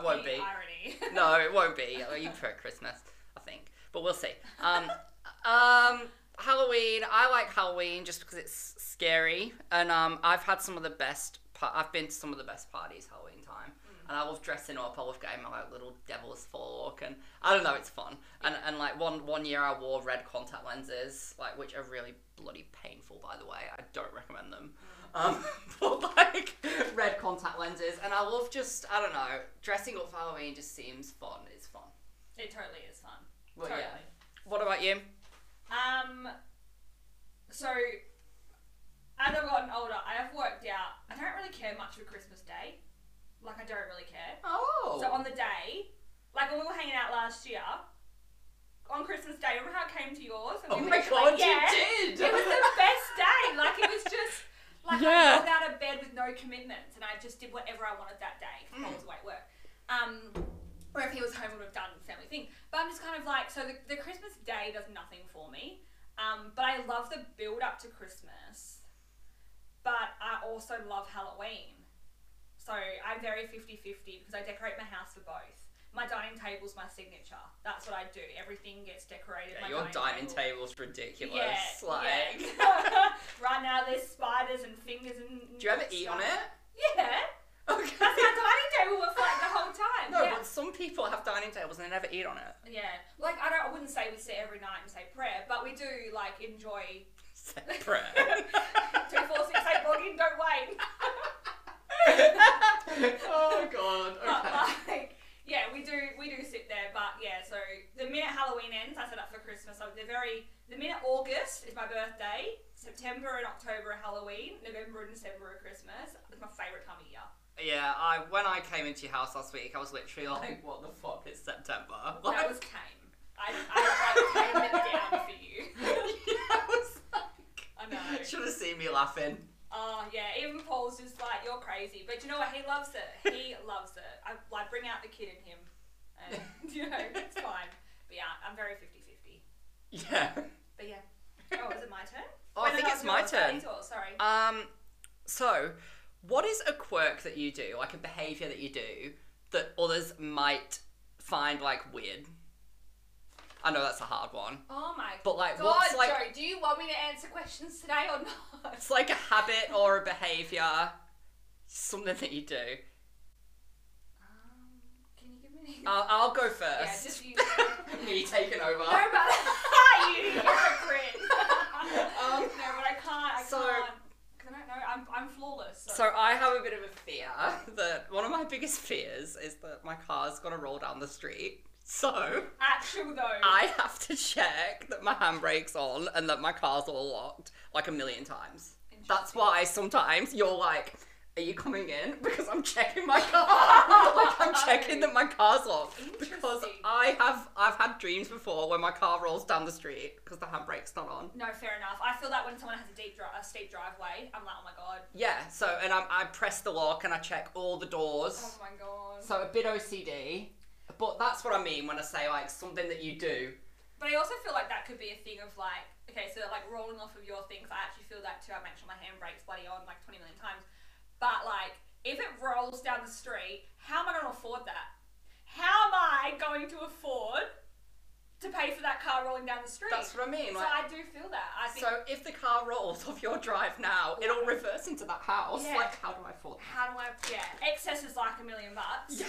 won't The be. Irony. No, it won't be. Oh, You prefer Christmas, I think, but we'll see. Um, um, Halloween. I like Halloween just because it's scary, and um, I've had some of the best. Pa- I've been to some of the best parties Halloween time, and I love dressing up. I love getting my like, little devil's fork, and I don't know, it's fun. And and like one one year, I wore red contact lenses, like which are really bloody painful, by the way. I don't recommend them. Um, but like red contact lenses, and I love just I don't know dressing up for Halloween just seems fun. It's fun. it totally is fun. Well, totally. yeah. What about you? Um, so as I've gotten older, I have worked out I don't really care much for Christmas Day. Like I don't really care. Oh, So on the day, like when we were hanging out last year, on Christmas Day, remember how I came to yours? And oh we my were god, like, yeah, you did! It was the best day. Like it was just like I Yeah. rolled out of bed with no commitments, and I just did whatever I wanted that day. Mm. 'cause I was away at work. Um, or if he was home, we would have done family thing. But I'm just kind of like, so the, the Christmas day does nothing for me. Um, but I love the build up to Christmas. But I also love Halloween. So I'm very 50 50 because I decorate my house for both. My dining table's my signature. That's what I do. Everything gets decorated. Yeah, my your dining table. table's ridiculous. Yeah, like, yeah. right now there's spiders and fingers and. do you ever eat on it? Yeah, Okay. that's my dining table was like the whole time. No, yeah. but some people have dining tables and they never eat on it. Yeah, like I don't. I wouldn't say we sit every night and say prayer, but we do like enjoy. Say prayer. Two, four, six, eight, log in, don't wait. oh god. But Okay. like, yeah, we do we do sit there, but yeah. So the minute Halloween ends, I set up for Christmas. So they're very the minute August is my birthday, September and October are Halloween, November and December are Christmas. It's my favorite time of year. Yeah, I when I came into your house last week, I was literally like, "What the fuck is September?" Like, That was tame. I I like tamed it down for you. I was like, I know. Should have seen me laughing. Oh yeah, even Paul's just like you're crazy, but you know what? He loves it. He loves it. I like bring out the kid in him, and you know it's fine. But yeah, I'm very 50-50. Yeah. But yeah. Oh, is it my turn? Oh, I Wait, no, think no, it's my yours. That turn. is yours, Sorry. Um, so what is a quirk that you do, like a behavior that you do that others might find like weird? I know that's a hard one, Oh my but like, god, what's like? Joe, do you want me to answer questions today or not? It's like a habit or a behavior, something that you do. Um, can you give me an I'll, I'll go Yeah, first. just you. me taking over. no, but you hypocrite. Um, Oh, no, but I can't. I so- can't. 'Cause I don't know. I'm, I'm flawless. So. So I have a bit of a fear that one of my biggest fears is that my car's gonna roll down the street. So Actual though. I have to check that my handbrake's on and that my car's all locked like a million times. That's why sometimes you're like, Are you coming in? Because I'm checking my car. like I'm checking that my car's locked. Because Interesting. I have I've had dreams before where my car rolls down the street because the handbrake's not on. No, fair enough. I feel that when someone has a deep, dri- a steep driveway, I'm like, oh my god. Yeah, so and I, I press the lock and I check all the doors. Oh my god. So a bit OCD, but that's what I mean when I say like something that you do. But I also feel like that could be a thing of like, okay, so like rolling off of your things, I actually feel that too. I make sure my handbrake's bloody on like 20 million times. But like, if it rolls down the street, how am I going to afford that? How am I going to afford to pay for that car rolling down the street? That's what I mean. so Like, I do feel that. I think, so if the car rolls off your drive now, it'll reverse into that house. Yeah. Like, how do I afford how do I, yeah, excess is like a million bucks.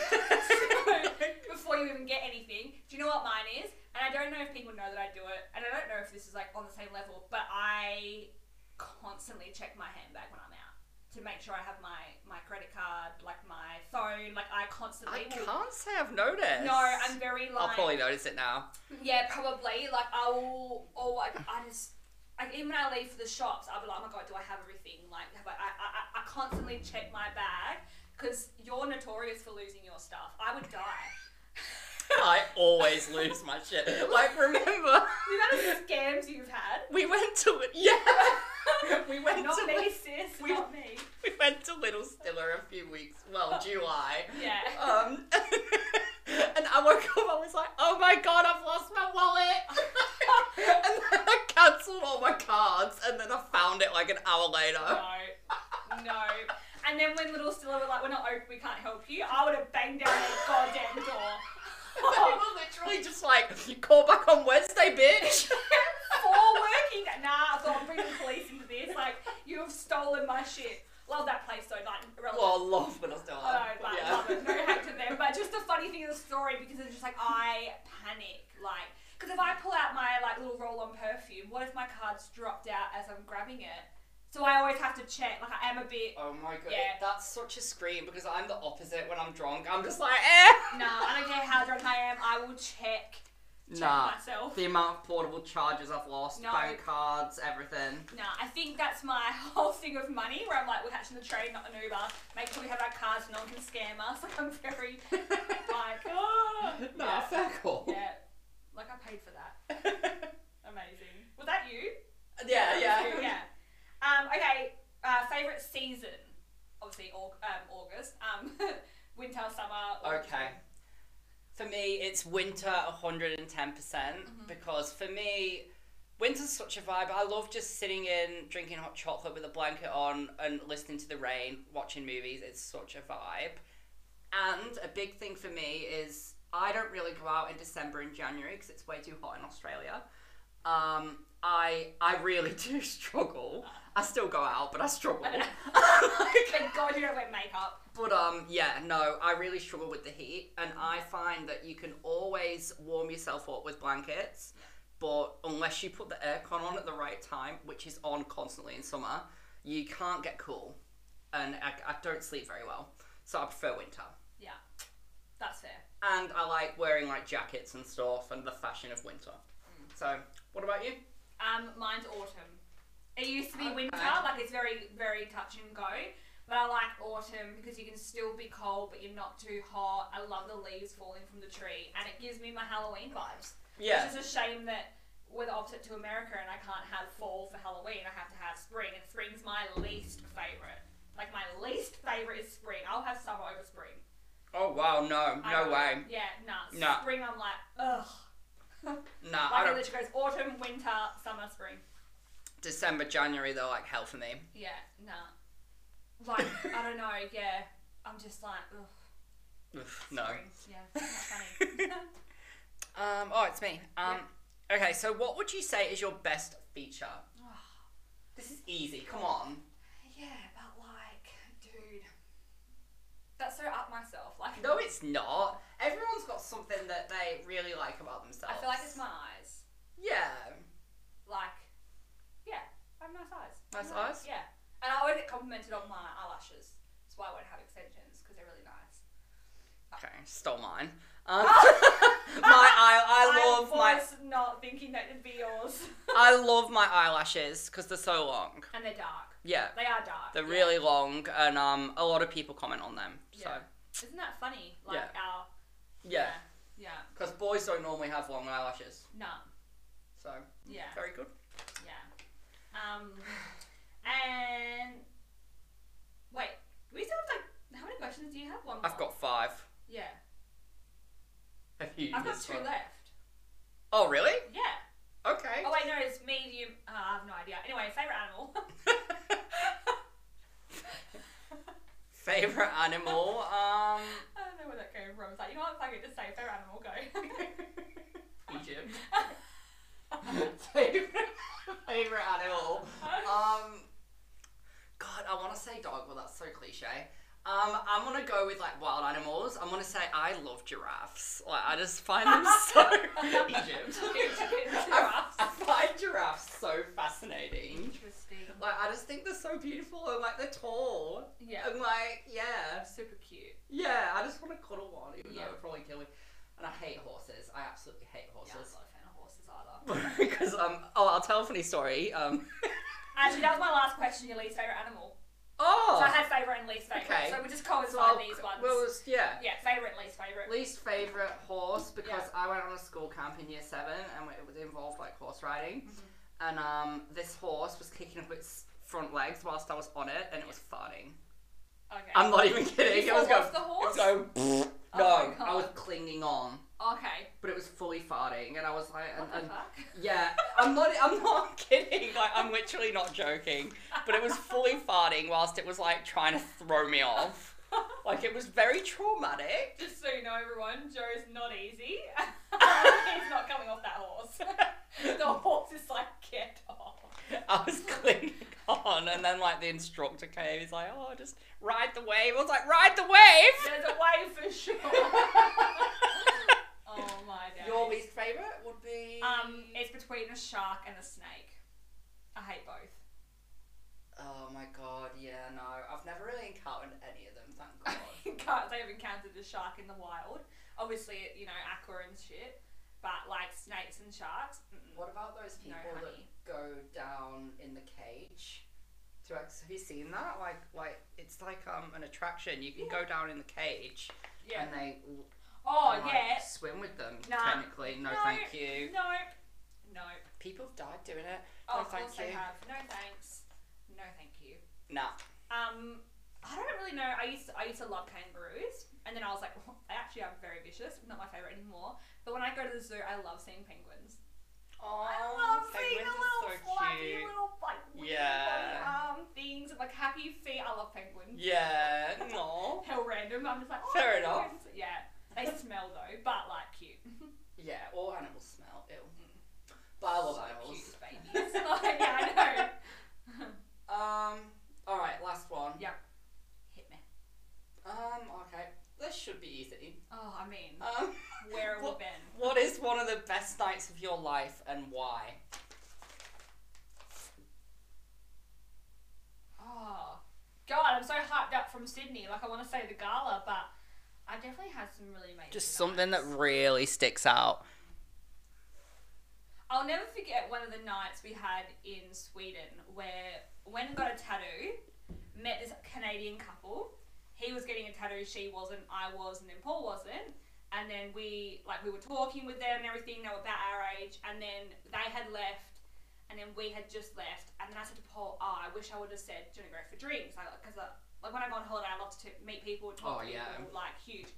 that? before you even get anything. Do you know what mine is? And I don't know if people know that I do it, and I don't know if this is like on the same level, but I constantly check my handbag when I'm out to make sure I have my my credit card, like my phone, like I I constantly. will- can't say I've noticed. No, I'm very I'll like probably notice it now. yeah, probably like I will or I, I just. Like even when I leave for the shops, I'll be like, oh my god, do I have everything? Like, have I, I, I, I constantly check my bag because you're notorious for losing your stuff. I would die. I always lose my shit. Like, remember The amount of scams you've had. we went to yeah, we went to Not me, sis. we- not me. we went to Little Stiller a few weeks. Well, July. Oh, Yeah. Um, and I woke up, I was like, oh my god, I've lost my wallet. and then I cancelled all my cards, and then I found it like an hour later. Oh. No. No. And then when Little Stiller were like, we're not open, we can't help you, I would have banged down their goddamn door. They were literally just like, you call back on Wednesday, bitch. For working. Nah, I thought I'm bringing the police into this. Like, you have stolen my shit. Love that place though, like, irrelevant. well, I love when I still Oh, no, like, love it. No hack to them. But just the funny thing of the story because it's just like I panic, like because if I pull out my like little roll-on perfume, what if my card's dropped out as I'm grabbing it? So I always have to check. Like I am a bit. Oh my god, Yeah. that's such a scream because I'm the opposite when I'm drunk. I'm just like, eh. Nah, I don't care how drunk I am. I will check, check Nah. myself. The amount of portable charges I've lost, No. bank cards, everything. Nah, I think that's my whole thing of money, where I'm like, we're catching the train, not an Uber. Make sure we have our cards, no one can scam us. Like I'm very like, ah. Nah, yeah. fair call. yeah, like I paid for that. Amazing. Was that you? yeah, yeah. yeah. Um, okay. Uh, favorite season? Obviously, aug- um, August. Um, winter, summer. autumn. Okay. For me, it's winter 110% percent because for me, winter's such a vibe. I love just sitting in, drinking hot chocolate with a blanket on, and listening to the rain, watching movies. It's such a vibe. And a big thing for me is I don't really go out in December and January because it's way too hot in Australia. Um, I I really do struggle. I still go out, but I struggle. Like- But God, God, you don't wear makeup. But um, yeah, no, I really struggle with the heat, and Mm. I find that you can always warm yourself up with blankets, but unless you put the aircon on at the right time, which is on constantly in summer, you can't get cool, and I, I don't sleep very well, so I prefer winter. Yeah, that's fair. And I like wearing like jackets and stuff, and the fashion of winter. Mm. So, what about you? Um, mine's autumn. It used to be Okay. winter, like it's very, very touch and go. But I like autumn because you can still be cold, but you're not too hot. I love the leaves falling from the tree, and it gives me my Halloween vibes. Yeah, It's just a shame that we're the opposite to America, and I can't have fall for Halloween. I have to have spring, and spring's my least favorite. Like my least favorite is spring. I'll have summer over spring. Oh wow, no, I no don't- way. Yeah, nah. Nah. Spring, I'm like, ugh. Nah, I Like it don't. literally goes autumn, winter, summer, spring. December, January, they're like hell for me. Yeah, nah. Like, I don't know, yeah. I'm just like, ugh. Ugh, no. Spring. Yeah, it's not funny. Um. Oh, it's me. Um. Okay. So, what would you say is your best feature? This is easy. Come on. yeah, but like, dude. That's so up myself. Like, No, it's not. Everyone's got something that they really like about themselves. I feel like it's my eyes. Yeah. like, yeah, I have nice eyes. Nice I'm eyes? Yeah. And I always get complimented on my eyelashes. That's why I won't have extensions, because they're really nice. Okay. Stole mine. Um, my I I love my was not thinking that it'd be yours. I love my eyelashes because they're so long. and they're dark. Yeah. They are dark. They're yeah. really long, and um, a lot of people comment on them. Yeah. So Isn't that funny? Like Yeah. our. yeah, Yeah. because boys don't normally have long eyelashes. No. So Yeah. very good. Yeah. Um. And. Wait. Do we still have like. How many questions do you have? One more. I've got five. Yeah. Have you? I've got used two one? left. Oh really? Yeah. Okay. Oh wait, no, it's medium. Uh, I have no idea. Anyway, favorite animal. Favorite animal? Um, I don't know where that came from. It's like you know what? Fuck it, just say favorite animal. Go. Egypt. favorite favorite animal. Um, God, I want to say dog, but that's so cliche. Um, I'm gonna go with like wild animals. I'm gonna say I love giraffes. Like I just find them so Egypt. I, I find giraffes so fascinating. Interesting. Like I just think they're so beautiful and like they're tall. Yeah. And like yeah. Super cute. Yeah, I just want to cuddle one, even Yeah. though it would probably kill me. And I hate horses. I absolutely hate Yeah, I'm horses. not a fan of horses either. Because um, oh, I'll tell a funny story. Um, Actually, that was my last question. Your least favorite animal. So I oh, had favorite and least favorite. Okay. So we just coincide so I'll- these ones. Well, it's- yeah. yeah, favorite, least favorite. Least favorite horse because I went on a school camp in year seven and it was involved like horse riding, Mm-hmm. and um, this horse was kicking up its front legs whilst I was on it and it was farting. Okay. I'm not even kidding. You It was still going. lost the horse? So Oh no, my I was God. clinging on, okay. but it was fully farting, and I was like, and, What the and fuck? Yeah, I'm not. I'm not kidding. Like I'm literally not joking. But it was fully farting whilst it was like trying to throw me off. Like it was very traumatic. Just so you know, everyone, Joe's not easy. He's not coming off that horse. the horse is like, get off. I was clinging on, and then like the instructor came. He's like, "Oh, just ride the wave." I was like, "Ride the wave." There's a way for sure. oh my god. Your least favorite would be Um, it's between a shark and a snake. I hate both. Oh my god, yeah, no, I've never really encountered any of them. Thank God. Can't say I've encountered a shark in the wild. Obviously, you know, aqua and shit. But like snakes and sharks. Mm-mm. What about those No people that honey. go down in the cage? To ex- have you seen that? Like, like it's like um an attraction. You can go down in the cage Yeah. and they l- Oh like, yeah. swim with them. Nah. Technically, no, No. thank you. Nope. Nope. People have died doing it. Oh, no, of thank course they you. have. No thanks. No thank you. Nah. Um, I don't really know. I used to, I used to love kangaroos, and then I was like, well, they actually are very vicious. Not my favorite anymore. But when I go to the zoo, I love seeing penguins. Oh, I love seeing the little fluffy little like weird Yeah. body, um things and like happy feet. I love penguins. Yeah. No. Hell random. I'm just like, oh, Fair penguins. Yeah, they smell though, but like cute. Yeah. All animals smell ill. But I Mm-hmm. love So animals. cute, babies. like, yeah, I know. Um. All right. Last one. Yeah. Hit Um, okay. This should be easy. Oh, I mean, Um, where have we what- been? what is one of the best nights of your life and why? Oh, God, I'm so hyped up from Sydney. Like, I want to say the gala, but I definitely had some really amazing Just something that nights. really sticks out. I'll never forget one of the nights we had in Sweden where when I got a tattoo, met this Canadian couple. He was getting a tattoo, she wasn't, I was, and then Paul wasn't. And then we like we were talking with them and everything, they were about our age, and then they had left and then we had just left and then I said to Paul, Oh, I wish I would have said, Do you want to go for drinks? Like, cause uh, like when I go on holiday I love to meet people and talk to Oh, yeah. people like huge.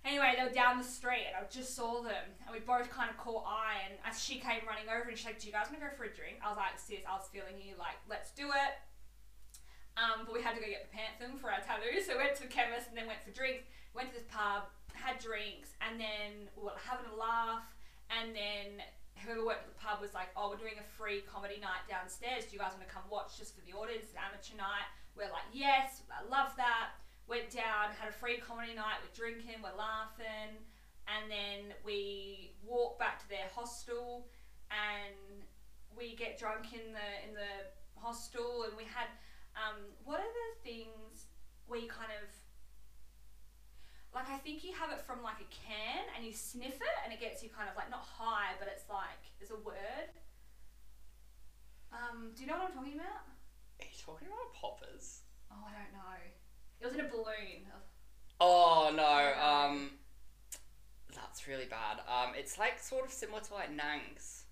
Anyway, they were down the street and I just saw them and we both kind of caught eye and as she came running over and she's like, Do you guys want to go for a drink? I was like, sis, I was feeling you, like, let's do it. Um, but we had to go get the panthen for our tattoos. So we went to the chemist and then went for drinks. Went to this pub, had drinks, and then we were having a laugh. And then whoever worked at the pub was like, "Oh, we're doing a free comedy night downstairs. Do you guys want to come watch just for the audience? An amateur night." We're like, "Yes, I love that." Went down, had a free comedy night. We're drinking, we're laughing, and then we walk back to their hostel, and we get drunk in the in the hostel, and we had um, what are the things where you kind of like I think you have it from like a can and you sniff it and it gets you kind of like not high but it's like there's a word. Um, do you know what I'm talking about? Are you talking about poppers? Oh, I don't know. It was in a balloon. Oh no, um, that's really bad. Um, it's like sort of similar to like Nangs.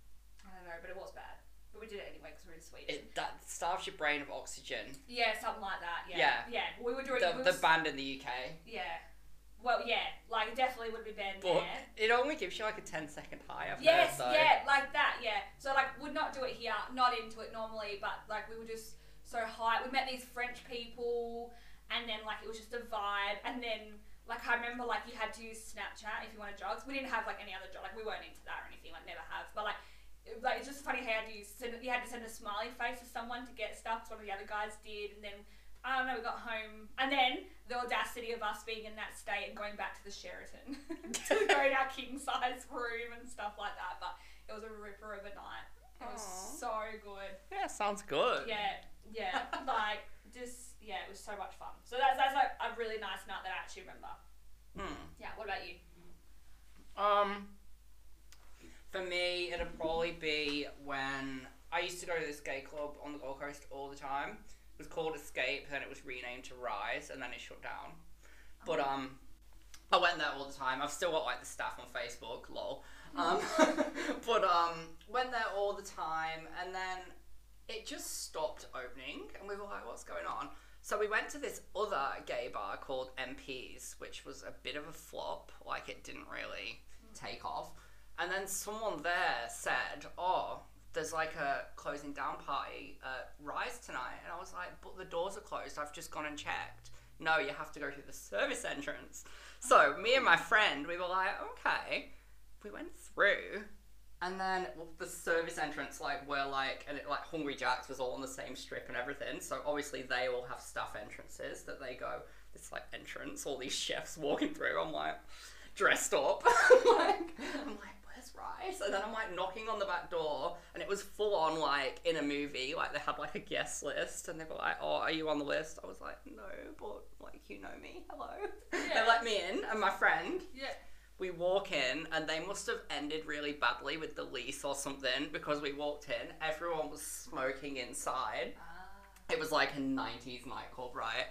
I don't know, but it was bad. But we did it anyway because we were in Sweden. It that starves your brain of oxygen. yeah, something like that. Yeah. Yeah. Yeah. We were doing. we The, were the band in the UK, yeah. Well, yeah. Like it definitely would be banned but there. it only gives you like a 10 second high. I've Yes, heard, so. yeah, like that, yeah. So like, would not do it here, not into it normally, but like we were just so high. We met these French people, and then like it was just a vibe. And then like I remember like you had to use Snapchat if you wanted drugs. We didn't have like any other drug, like we weren't into that or anything. Like never have, but like. it- Like it's just funny how you send, you had to send a smiley face to someone to get stuff. 'cause One of the other guys did, and then I don't know. We got home, and then the audacity of us being in that state and going back to the Sheraton to go in our king size room and stuff like that. But it was a ripper of a night. It was Aw. so good. Yeah, sounds good. Yeah, yeah. like just yeah, it was so much fun. So that's that's like a really nice night that I actually remember. Hmm. Yeah. What about you? Um, for me, it'd probably be when I used to go to this gay club on the Gold Coast all the time. It was called Escape, then it was renamed to Rise, and then it shut down. But um, I went there all the time. I've still got like the staff on Facebook, lol. Um, but um, went there all the time, and then it just stopped opening, and we were like, "What's going on?" So we went to this other gay bar called MP's, which was a bit of a flop. Like it didn't really take off. And then someone there said, "Oh, there's like a closing down party at Rise tonight," and I was like, "But the doors are closed. I've just gone and checked." No, you have to go through the service entrance. So me and my friend, we were like, "Okay." We went through, and then well, the service entrance, like where like and it, like Hungry Jacks was all on the same strip and everything. So obviously they all have stuff entrances that they go. This like entrance, all these chefs walking through. I'm like dressed up. like I'm like, where's Rice? And then I'm like knocking on the back door, and it was full on like in a movie. Like they had like a guest list, and they were like, oh, are you on the list? I was like, no, but like you know me, hello. Yeah. They let me in, and my friend. Yeah. We walk in, and they must have ended really badly with the lease or something because we walked in, everyone was smoking inside. It was like a 90s nightclub, right?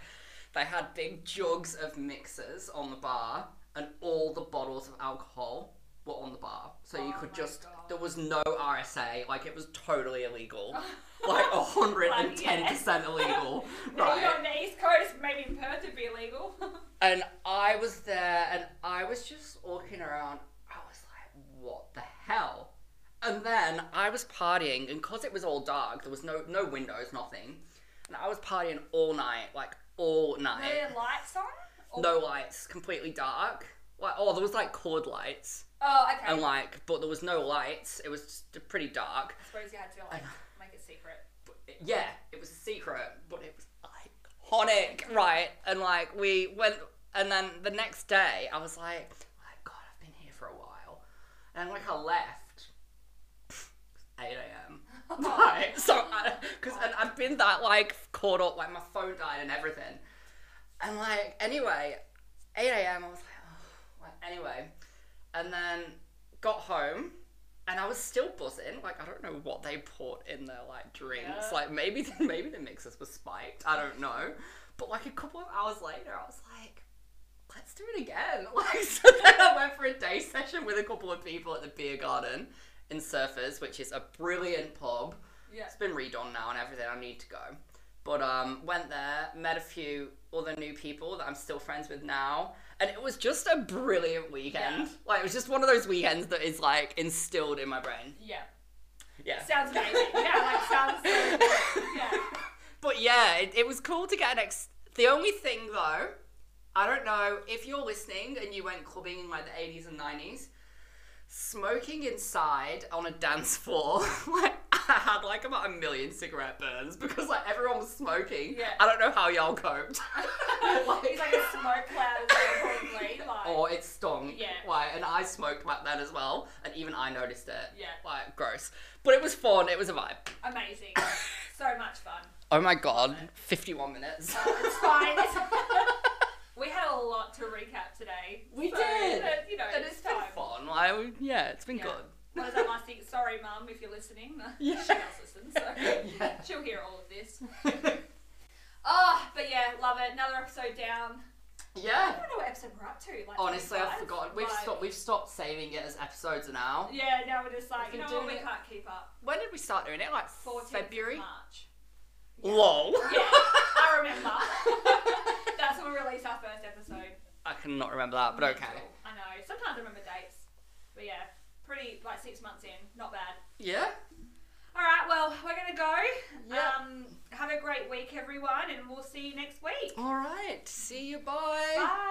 They had big jugs of mixers on the bar, and all the bottles of alcohol were on the bar. So you Oh could my just, God. there was no RSA, like it was totally illegal. like 110% illegal, Maybe right? on the East Coast, maybe in Perth would be illegal. And I was there and I was just walking around. I was like, what the hell? And then I was partying, and because it was all dark, there was no no windows, nothing. And I was partying all night, like all Were night. there lights on? Or- No lights, completely dark. Like oh, there was like cord lights, Oh, okay. and like but there was no lights. It was just pretty dark. I suppose you had to like make it secret. But yeah, it was a secret, but it was Honic, right? And like we went, and then the next day I was like, like God, I've been here for a while, and like I left. 8 a.m. Right, so because and I've been that like caught up, like my phone died and everything, and like anyway, 8 a.m. I was like, oh, like, anyway, and then got home and I was still buzzing. Like I don't know what they put in their like drinks. Yeah. Like maybe maybe the mixers were spiked. I don't know. But like a couple of hours later, I was like, let's do it again. Like so then I went for a day session with a couple of people at the beer garden in Surfers, which is a brilliant pub. Yeah. It's been redone now and everything. I need to go. But um, went there, met a few other new people that I'm still friends with now, and it was just a brilliant weekend. Yeah. Like it was just one of those weekends that is like instilled in my brain. Yeah. Yeah. Sounds amazing. Yeah, like sounds so good. Yeah. But yeah, it, it was cool to get an ex. The only thing though, I don't know if you're listening and you went clubbing in like the 80s and 90s, smoking inside on a dance floor, like I had like about a million cigarette burns because like everyone was smoking. Yeah. I don't know how y'all coped. He's like a smoke cloud as well, probably. Like, Or it stunk. Yeah. Like, and I smoked back then as well, and even I noticed it. Yeah. Like, gross. But it was fun. It was a vibe. amazing. So much fun. Oh my god, 51 minutes. It's fine. we had a lot to recap today. We so, did. but, you know, And it's it's been time. fun. Like, we- yeah, it's been Yeah. good. What was that last thing? Sorry, mum, if you're listening. Yeah. She does listen, so Yeah. she'll hear all of this. Oh, but yeah, love it. Another episode down. I yeah. don't know what episode we're up to. Like Honestly, I've 25, forgotten. We've like- stopped. We've stopped saving it as episodes now. Yeah, now we're just like, We've you know been what, we doing it- can't keep up. When did we start doing it? Like 14th February. Of March. Lol. Yeah, I remember. That's when we released our first episode. I cannot remember that, but okay. I know. Sometimes I remember dates. But yeah, pretty, like six months in. Not bad. Yeah. All right, well, we're going to go. Yeah. Um, have a great week, everyone, and we'll see you next week. All right. See you. Bye.